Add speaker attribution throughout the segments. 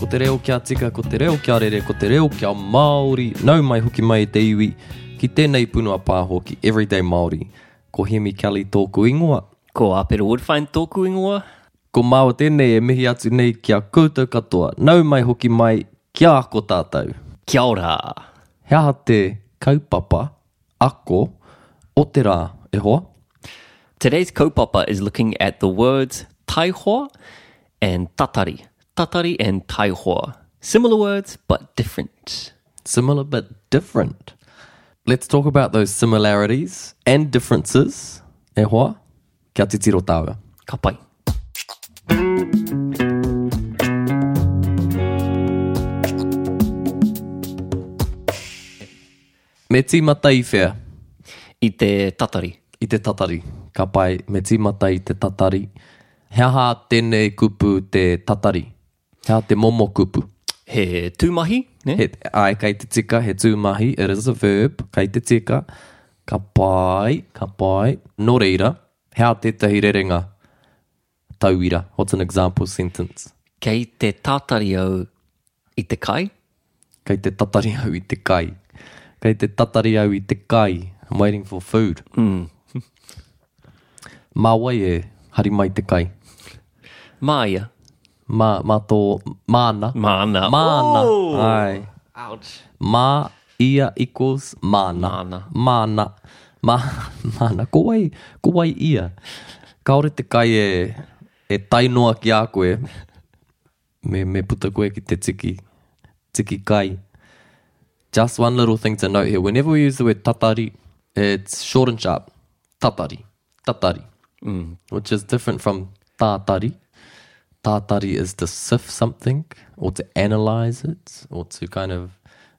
Speaker 1: Ko te reo kia tika, ko te reo kia rere, ko te reo kia Māori, nau mai hoki mai te iwi, ki tēnei punua pāho ki Everyday Māori. Ko Hemi Kelly tōku ingoa.
Speaker 2: Ko Apero Woodfine tōku ingoa.
Speaker 1: Ko māua tēnei e mihi atu nei kia koutou katoa, nau mai hoki mai kia ko tātou.
Speaker 2: Kia ora.
Speaker 1: Hea te kaupapa, ako, o te rā, e hoa?
Speaker 2: Today's kaupapa is looking at the words taihua and tatari. Tatari and taihua. Similar words, but different.
Speaker 1: Similar but different. Let's talk about those similarities and differences. E hoa? Kia te tiro tāua.
Speaker 2: Ka pai.
Speaker 1: Me tīmata i whea.
Speaker 2: I te tatari.
Speaker 1: i te tatari. Ka pai me tīmata i te tatari. Heaha tēnei kupu te tatari. Hea te momo kupu.
Speaker 2: He tūmahi, ne?
Speaker 1: He, ai, kei te tika, he tūmahi, it is a verb, kei te tika. Ka pai, ka pai. Nō reira, hea tētahi rerenga. Tauira, what's an example sentence?
Speaker 2: Kei te tatari au i te kai.
Speaker 1: Kei te tatari au i te kai. Kei te tatari au i te kai. I'm waiting for food. Mm. Mā wai e, hari mai te kai.
Speaker 2: Māia.
Speaker 1: Mā, mā tō, māna.
Speaker 2: Mana.
Speaker 1: Māna.
Speaker 2: Oh!
Speaker 1: Ai.
Speaker 2: Ouch.
Speaker 1: Mā ia equals māna.
Speaker 2: Māna.
Speaker 1: Māna. Mā, māna. Ko wai, ko wai ia. Kaore te kai e, e tainoa ki a koe. Me, me puta koe ki te tiki. Tiki kai. Just one little thing to note here. Whenever we use the word tatari, it's short and sharp. Tatari. Tatari. Mm. Which is different from tatari. Tatari is to sift something or to analyze it or to kind of,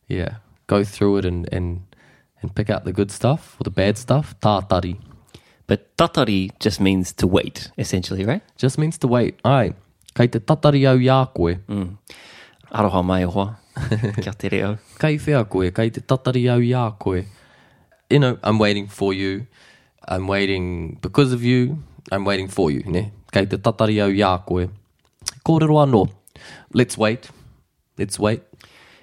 Speaker 1: yeah, go through it and, and, and pick out the good stuff or the bad stuff. Tatari.
Speaker 2: But tatari just means to wait, essentially, right?
Speaker 1: Just means to wait. Ai. Kei te tatari au iā koe.
Speaker 2: Aroha mai ohoa. Kia te reo.
Speaker 1: Kei whea koe, kei te tatari au iā koe. You know, I'm waiting for you. I'm waiting because of you. I'm waiting for you, ne? Kei te tatari au iā koe. Kōrero anō. Let's wait. Let's wait.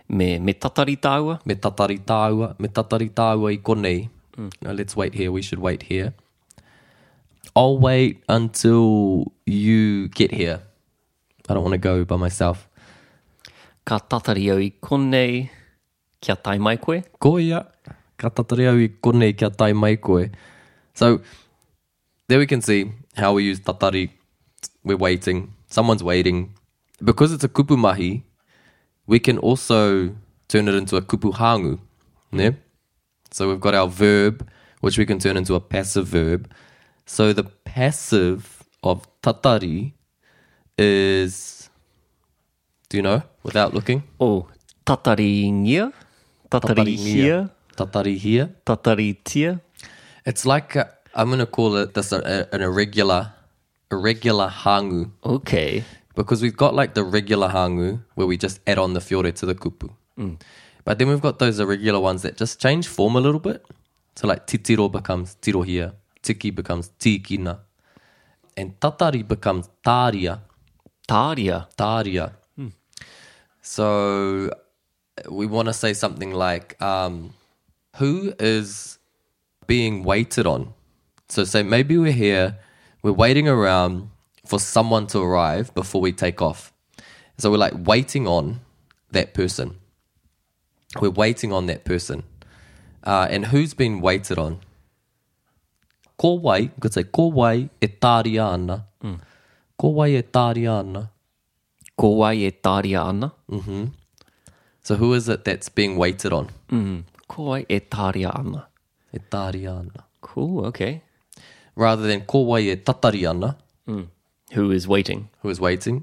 Speaker 2: Me, me tatari tāua.
Speaker 1: Me tatari tāua, me tatari tāua i konei. No, let's wait here, we should wait here. I'll wait until you get here. I don't want to go by myself.
Speaker 2: Ka tatari au i konei. Kia tai mai koe.
Speaker 1: Ko ia, ka tatari au i konei kia tai mai koe. So, there we can see how we use tatari. We're waiting. Someone's waiting. Because it's a kupu mahi, we can also turn it into a kupu hangu. Ne? So we've got our verb, which we can turn into a passive verb. So the passive of tatari is. Do you know? Without looking?
Speaker 2: O, tatari ngia, tatari hia,
Speaker 1: Tatari here.
Speaker 2: tatari tia.
Speaker 1: It's like i am I'm going to call it this a, a- an irregular, irregular hangu
Speaker 2: Okay.
Speaker 1: because we've got like the regular hangu where we just add on the fiore to the kupu, but then we've got those irregular ones that just change form a little bit. So like titiro becomes tiro here, tiki becomes tikina, and tatari becomes taria,
Speaker 2: Tāria.
Speaker 1: taria. So we want to say something like, um, who is being waited on? So say maybe we're here, we're waiting around for someone to arrive before we take off. So we're like waiting on that person. We're waiting on that person. Uh, and who's been waited on? Ko wai, you could say ko wai e tāria ana. Ko wai e tāria ana.
Speaker 2: Ko wai e tāria ana.
Speaker 1: So who is it that's being waited on?
Speaker 2: Kowai e tāria ana.
Speaker 1: E tāri ana.
Speaker 2: Cool, okay.
Speaker 1: Rather than kowai e tatari ana,
Speaker 2: Who is waiting?
Speaker 1: who is waiting,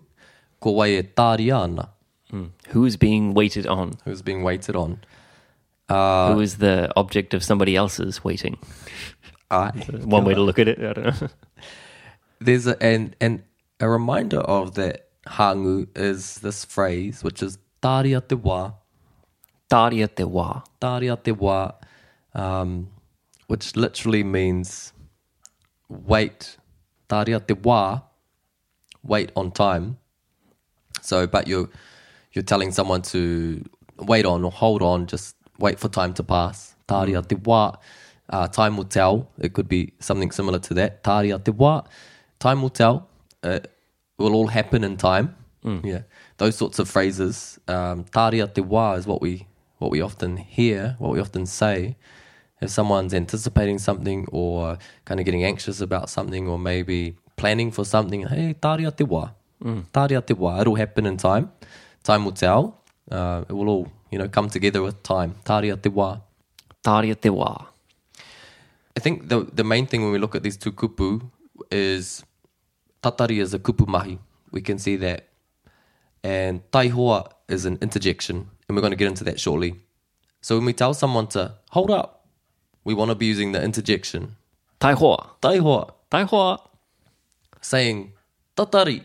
Speaker 1: kowai e tāri ana,
Speaker 2: Who is being waited on?
Speaker 1: who is being waited on.
Speaker 2: Who is the object of somebody else's waiting?
Speaker 1: Aye.
Speaker 2: One way to look at it. I don't know.
Speaker 1: there's a, and and a reminder of that hangu is this phrase which is taria te wa
Speaker 2: Tāria te wā.
Speaker 1: taria te wa um, which literally means wait taria te wa wait on time so but you're you're telling someone to wait on or hold on just wait for time to pass taria te wa uh, time will tell it could be something similar to that taria te wa time will tell it will all happen in time yeah those sorts of phrases um, taria te wa is what we what we often hear what we often say if someone's anticipating something or kind of getting anxious about something or maybe planning for something, hey, taria te wā. Taria te wā. It'll happen in time. Time will tell. Uh, it will all, you know, come together with time. Taria te wā.
Speaker 2: Tāria te wā.
Speaker 1: I think the the main thing when we look at these two kupu is tatari is a kupu mahi. We can see that. And taihoa is an interjection. And we're going to get into that shortly. So when we tell someone to hold up, we want to be using the interjection.
Speaker 2: Tai hoa.
Speaker 1: Taihoa.
Speaker 2: Tai hoa.
Speaker 1: saying tatari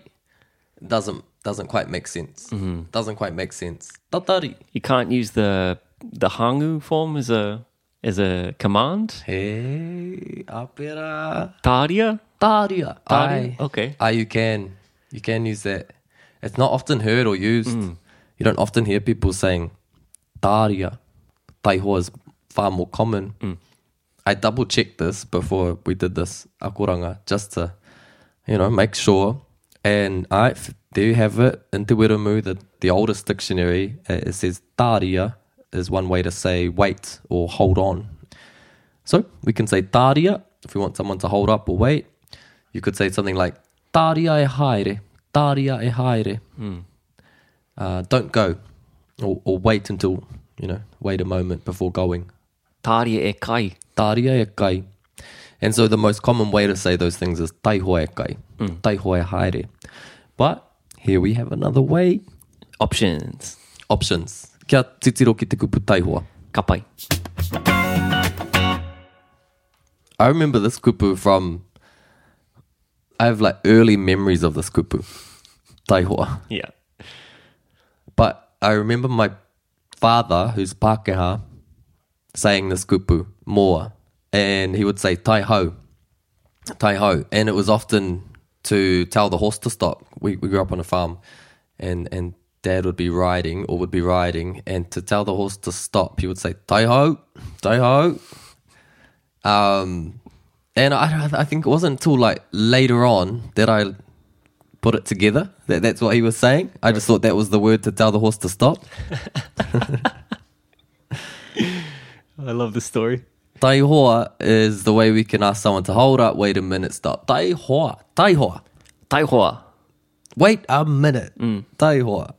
Speaker 1: doesn't doesn't quite make sense. Doesn't quite make sense. Tatari.
Speaker 2: You can't use the the hangu form as a as a command.
Speaker 1: Hey, apera.
Speaker 2: Tāria.
Speaker 1: Taria.
Speaker 2: Taria, okay.
Speaker 1: Ah, you can. You can use that. It's not often heard or used. You don't often hear people saying taria. Taiho is far more common. I double checked this before we did this akuranga just to, you know, make sure. And I, f- there you have it. In Te Wiramu, the, the oldest dictionary, uh, it says taria is one way to say wait or hold on. So we can say taria if we want someone to hold up or wait. You could say something like taria e haere, taria e haere. Uh, don't go or, or wait until, you know, wait a moment before going.
Speaker 2: Tāria e kai.
Speaker 1: Taria e kai. And so the most common way to say those things is taiho e kai, taiho e haere. But here we have another way.
Speaker 2: Options.
Speaker 1: Options. Kia titiro ki te kupu taihoa.
Speaker 2: Kapai.
Speaker 1: I remember this kupu from. I have like early memories of this kupu, Taihua.
Speaker 2: Yeah.
Speaker 1: But I remember my father, who's Pākehā, saying this kupu more, and he would say Taiho, Taiho, and it was often to tell the horse to stop. We we grew up on a farm, and and dad would be riding or would be riding, and to tell the horse to stop, he would say Taiho, Taiho, um, and I I think it wasn't until like later on that I put it together that that's what he was saying. I just thought that was the word to tell the horse to stop.
Speaker 2: I love the story.
Speaker 1: Tai hoa is the way we can ask someone to hold up, wait a minute, stop. Tai hoa, tai hoa,
Speaker 2: Tai hoa.
Speaker 1: wait a minute,
Speaker 2: Mm.
Speaker 1: tai hoa.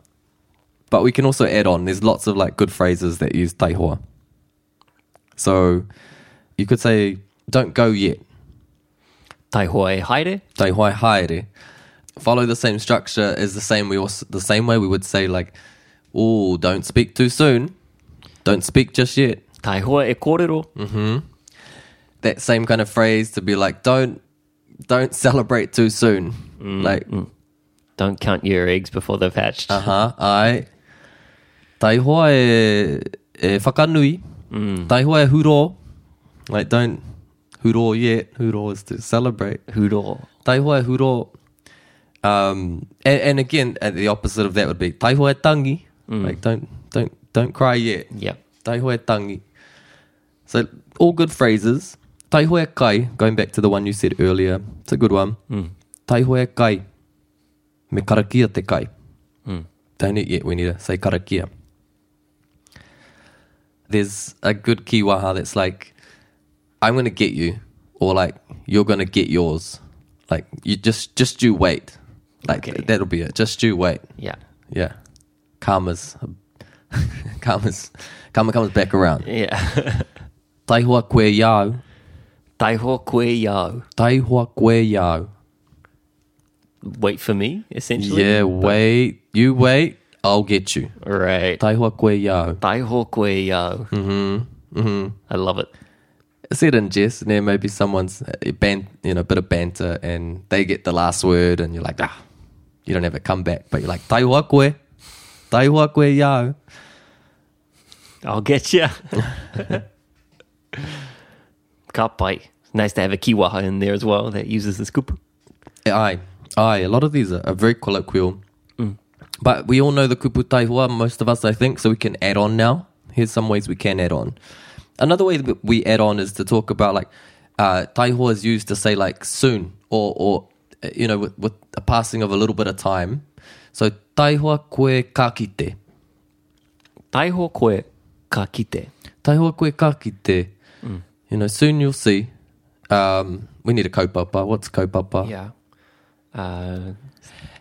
Speaker 1: But we can also add on. There's lots of like good phrases that use tai hoa. So you could say, "Don't go yet."
Speaker 2: Tai hoa e haere.
Speaker 1: Tai hoa haere. Follow the same structure as the same we also the same way we would say like, "Oh, don't speak too soon. Don't speak just yet."
Speaker 2: Tai hoa e kōrero.
Speaker 1: that same kind of phrase to be like don't don't celebrate too soon like
Speaker 2: Don't count your eggs before they've hatched.
Speaker 1: uh-huh i tai hoa e, e whakanui tai hoa e huro like don't huro yet huro is to celebrate
Speaker 2: Huro.
Speaker 1: tai hoa e huro um and, and again uh, the opposite of that would be tai hoa e tangi like don't don't don't cry yet
Speaker 2: Yeah.
Speaker 1: Tai hoa e tangi. So all good phrases. Tai hoa e kai, going back to the one you said earlier, it's a good one. Tai hoa e kai. Me karakia te kai. Don't eat yet, we need to say karakia. There's a good kiwaha that's like, I'm gonna get you, or like you're gonna get yours. Like you just just you wait. Like
Speaker 2: Okay.
Speaker 1: that'll be it. Just you wait.
Speaker 2: Yeah.
Speaker 1: Yeah. Karma's a, comes, karma comes back around.
Speaker 2: Yeah.
Speaker 1: Taihua koe iau.
Speaker 2: Taiho koe iau.
Speaker 1: Taihua koe iau.
Speaker 2: Wait for me, essentially.
Speaker 1: Yeah, wait. You wait. I'll get you.
Speaker 2: Right.
Speaker 1: Taihua koe iau.
Speaker 2: Taiho koe iau. Mm-hmm. Mm-hmm. I love it.
Speaker 1: It's said in jest, and then maybe someone's a ban, you know, a bit of banter, and they get the last word, and you're like, ah, you don't ever come back, but you're like, taihua koe, taihua koe iau.
Speaker 2: I'll get you. Ka pai. It's nice to have a kiwaha in there as well that uses this kupu.
Speaker 1: Aye, aye. A lot of these are, are very colloquial, but we all know the kupu taihua. Most of us, I think, so we can add on now. Here's some ways we can add on. Another way that we add on is to talk about like uh, taihua is used to say like soon or or uh, you know with, with the passing of a little bit of time. So taihua koe kakite,
Speaker 2: Taiho koe ka kite.
Speaker 1: taihua koe kakite. You know, soon you'll see. Um, we need a kaupapa. What's kaupapa?
Speaker 2: Yeah. Uh,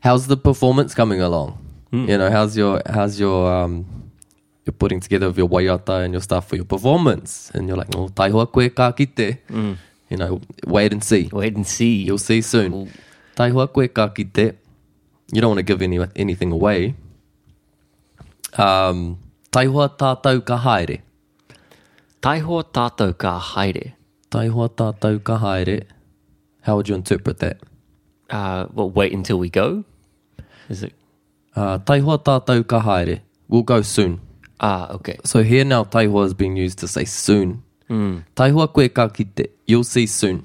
Speaker 1: how's the performance coming along? You know, how's your how's your um you're putting together of your waiata and your stuff for your performance? And you're like, oh, taihua koe ka kite. You know, wait and see.
Speaker 2: wait and see.
Speaker 1: You'll see soon. Taihua koe ka kite. You don't want to give any anything away. Um, taihua tātou ka haere.
Speaker 2: Taiho tātou ka haere.
Speaker 1: Taihua tātou ka haere. How would you interpret that?
Speaker 2: Uh, well, wait until we go. Is it?
Speaker 1: Uh, taihua tātou ka haere. We'll go soon.
Speaker 2: Ah, okay.
Speaker 1: So here now, taihua is being used to say soon.
Speaker 2: Hmm.
Speaker 1: Taihua koe ka kite. You'll see soon.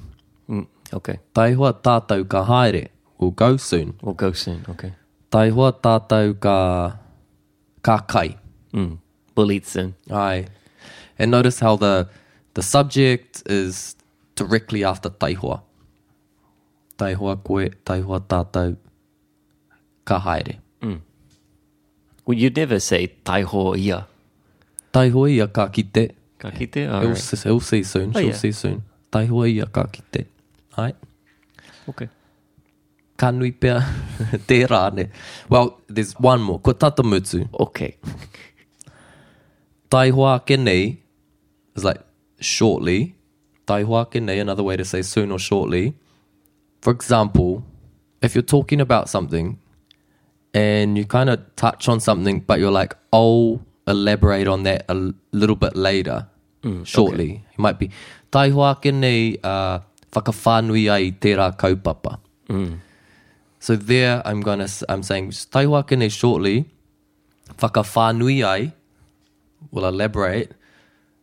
Speaker 2: Mm, okay.
Speaker 1: Taihua tātou ka haere. We'll go soon.
Speaker 2: We'll go soon. Okay.
Speaker 1: Taihua tātou ka ka kai.
Speaker 2: Mm. We'll eat soon.
Speaker 1: Aye. And notice how the the subject is directly after taihua. Taihua koe, taihua tātou ka haere.
Speaker 2: Well, you'd never say taiho ia.
Speaker 1: Taihua ia ka kite.
Speaker 2: Ka kite? All
Speaker 1: He'll,
Speaker 2: right.
Speaker 1: s- he'll see soon.
Speaker 2: Oh,
Speaker 1: She'll
Speaker 2: yeah.
Speaker 1: see soon. Taihua ia ka kite. Aye.
Speaker 2: Okay.
Speaker 1: Ka nui pea te rāne. Well, there's one more. Ko tatamutsu.
Speaker 2: Okay.
Speaker 1: Taihua ke nei is like shortly. Taihua ke nei, another way to say soon or shortly. For example, if you're talking about something and you kind of touch on something, but you're like, I'll elaborate on that a l- little bit later, shortly. It might be, Taihua ke nei uh, whakawhānui ai i tērā kaupapa. So there, I'm gonna s- I'm saying Taiwa kene shortly. Whakawhānui ai. We'll elaborate.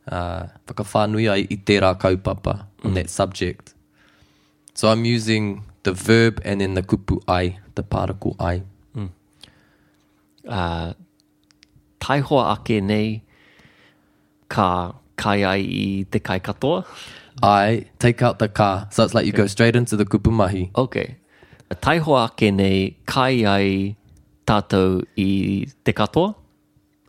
Speaker 1: Uh, whakawhānui ai i tērā kaupapa on that subject. So I'm using the verb and then the kupu ai, the particle ai.
Speaker 2: Uh, Taiho ake nei ka kai ai i te kai katoa.
Speaker 1: I take out the ka. So it's like you go straight into the kupu mahi.
Speaker 2: Okay. Uh, Taiho ake nei kai ai tātou i te katoa.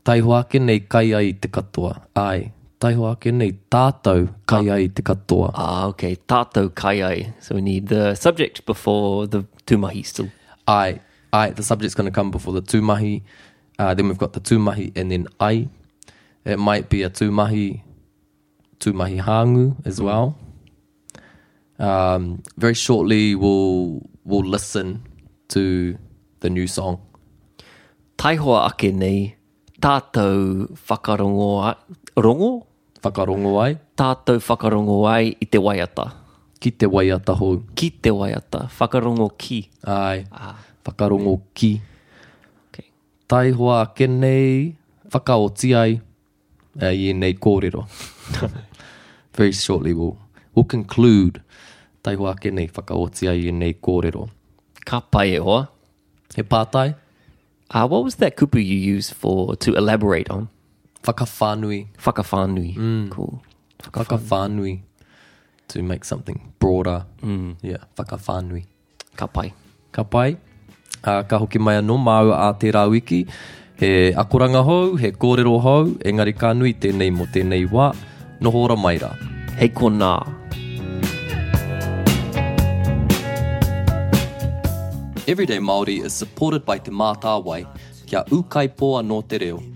Speaker 1: Taihua kene kai ai i te katoa. Ai. Taihua kene tātou kai ai i te katoa.
Speaker 2: Ah, okay. Tātou kai ai. So we need the subject before the tūmahi still.
Speaker 1: I, I, the subject's going to come before the tumahi. Uh, then we've got the tumahi and then I. It might be a tumahi, tumahi hangu as well. Um, very shortly, we'll we'll listen to the new song.
Speaker 2: Taiho ake nei tātou whakarongo ai, rongo?
Speaker 1: Whakarongo ai,
Speaker 2: Tātou whakarongo ai i te waiata.
Speaker 1: ki te wai ataho.
Speaker 2: Ki te waiata. Whakarongo ki.
Speaker 1: Ai, whakarongo ki.
Speaker 2: Okay.
Speaker 1: Tai hoa ke nei, whakaoti ai, uh, i nei kōrero. Very shortly we'll, we'll conclude tai hoa ke nei, whakaoti ai i nei kōrero.
Speaker 2: Ka pai e hoa.
Speaker 1: He pātai,
Speaker 2: Uh, what was that kupu you used for to elaborate on?
Speaker 1: whakawhānui,
Speaker 2: Whakawhānui. Cool.
Speaker 1: whakawhānui, to make something broader. Mm. Yeah, whakawhānui.
Speaker 2: Ka pai.
Speaker 1: Ka pai, uh, ka hoki mai anō māua a tērā wiki. He akoranga hou, he kōrero hou, engari ka nui tēnei mō tēnei wā, noho ora mai rā.
Speaker 2: Hei ko nā.
Speaker 1: Everyday Māori is supported by Te Mātāwai, kia Ukaipoa no te reo.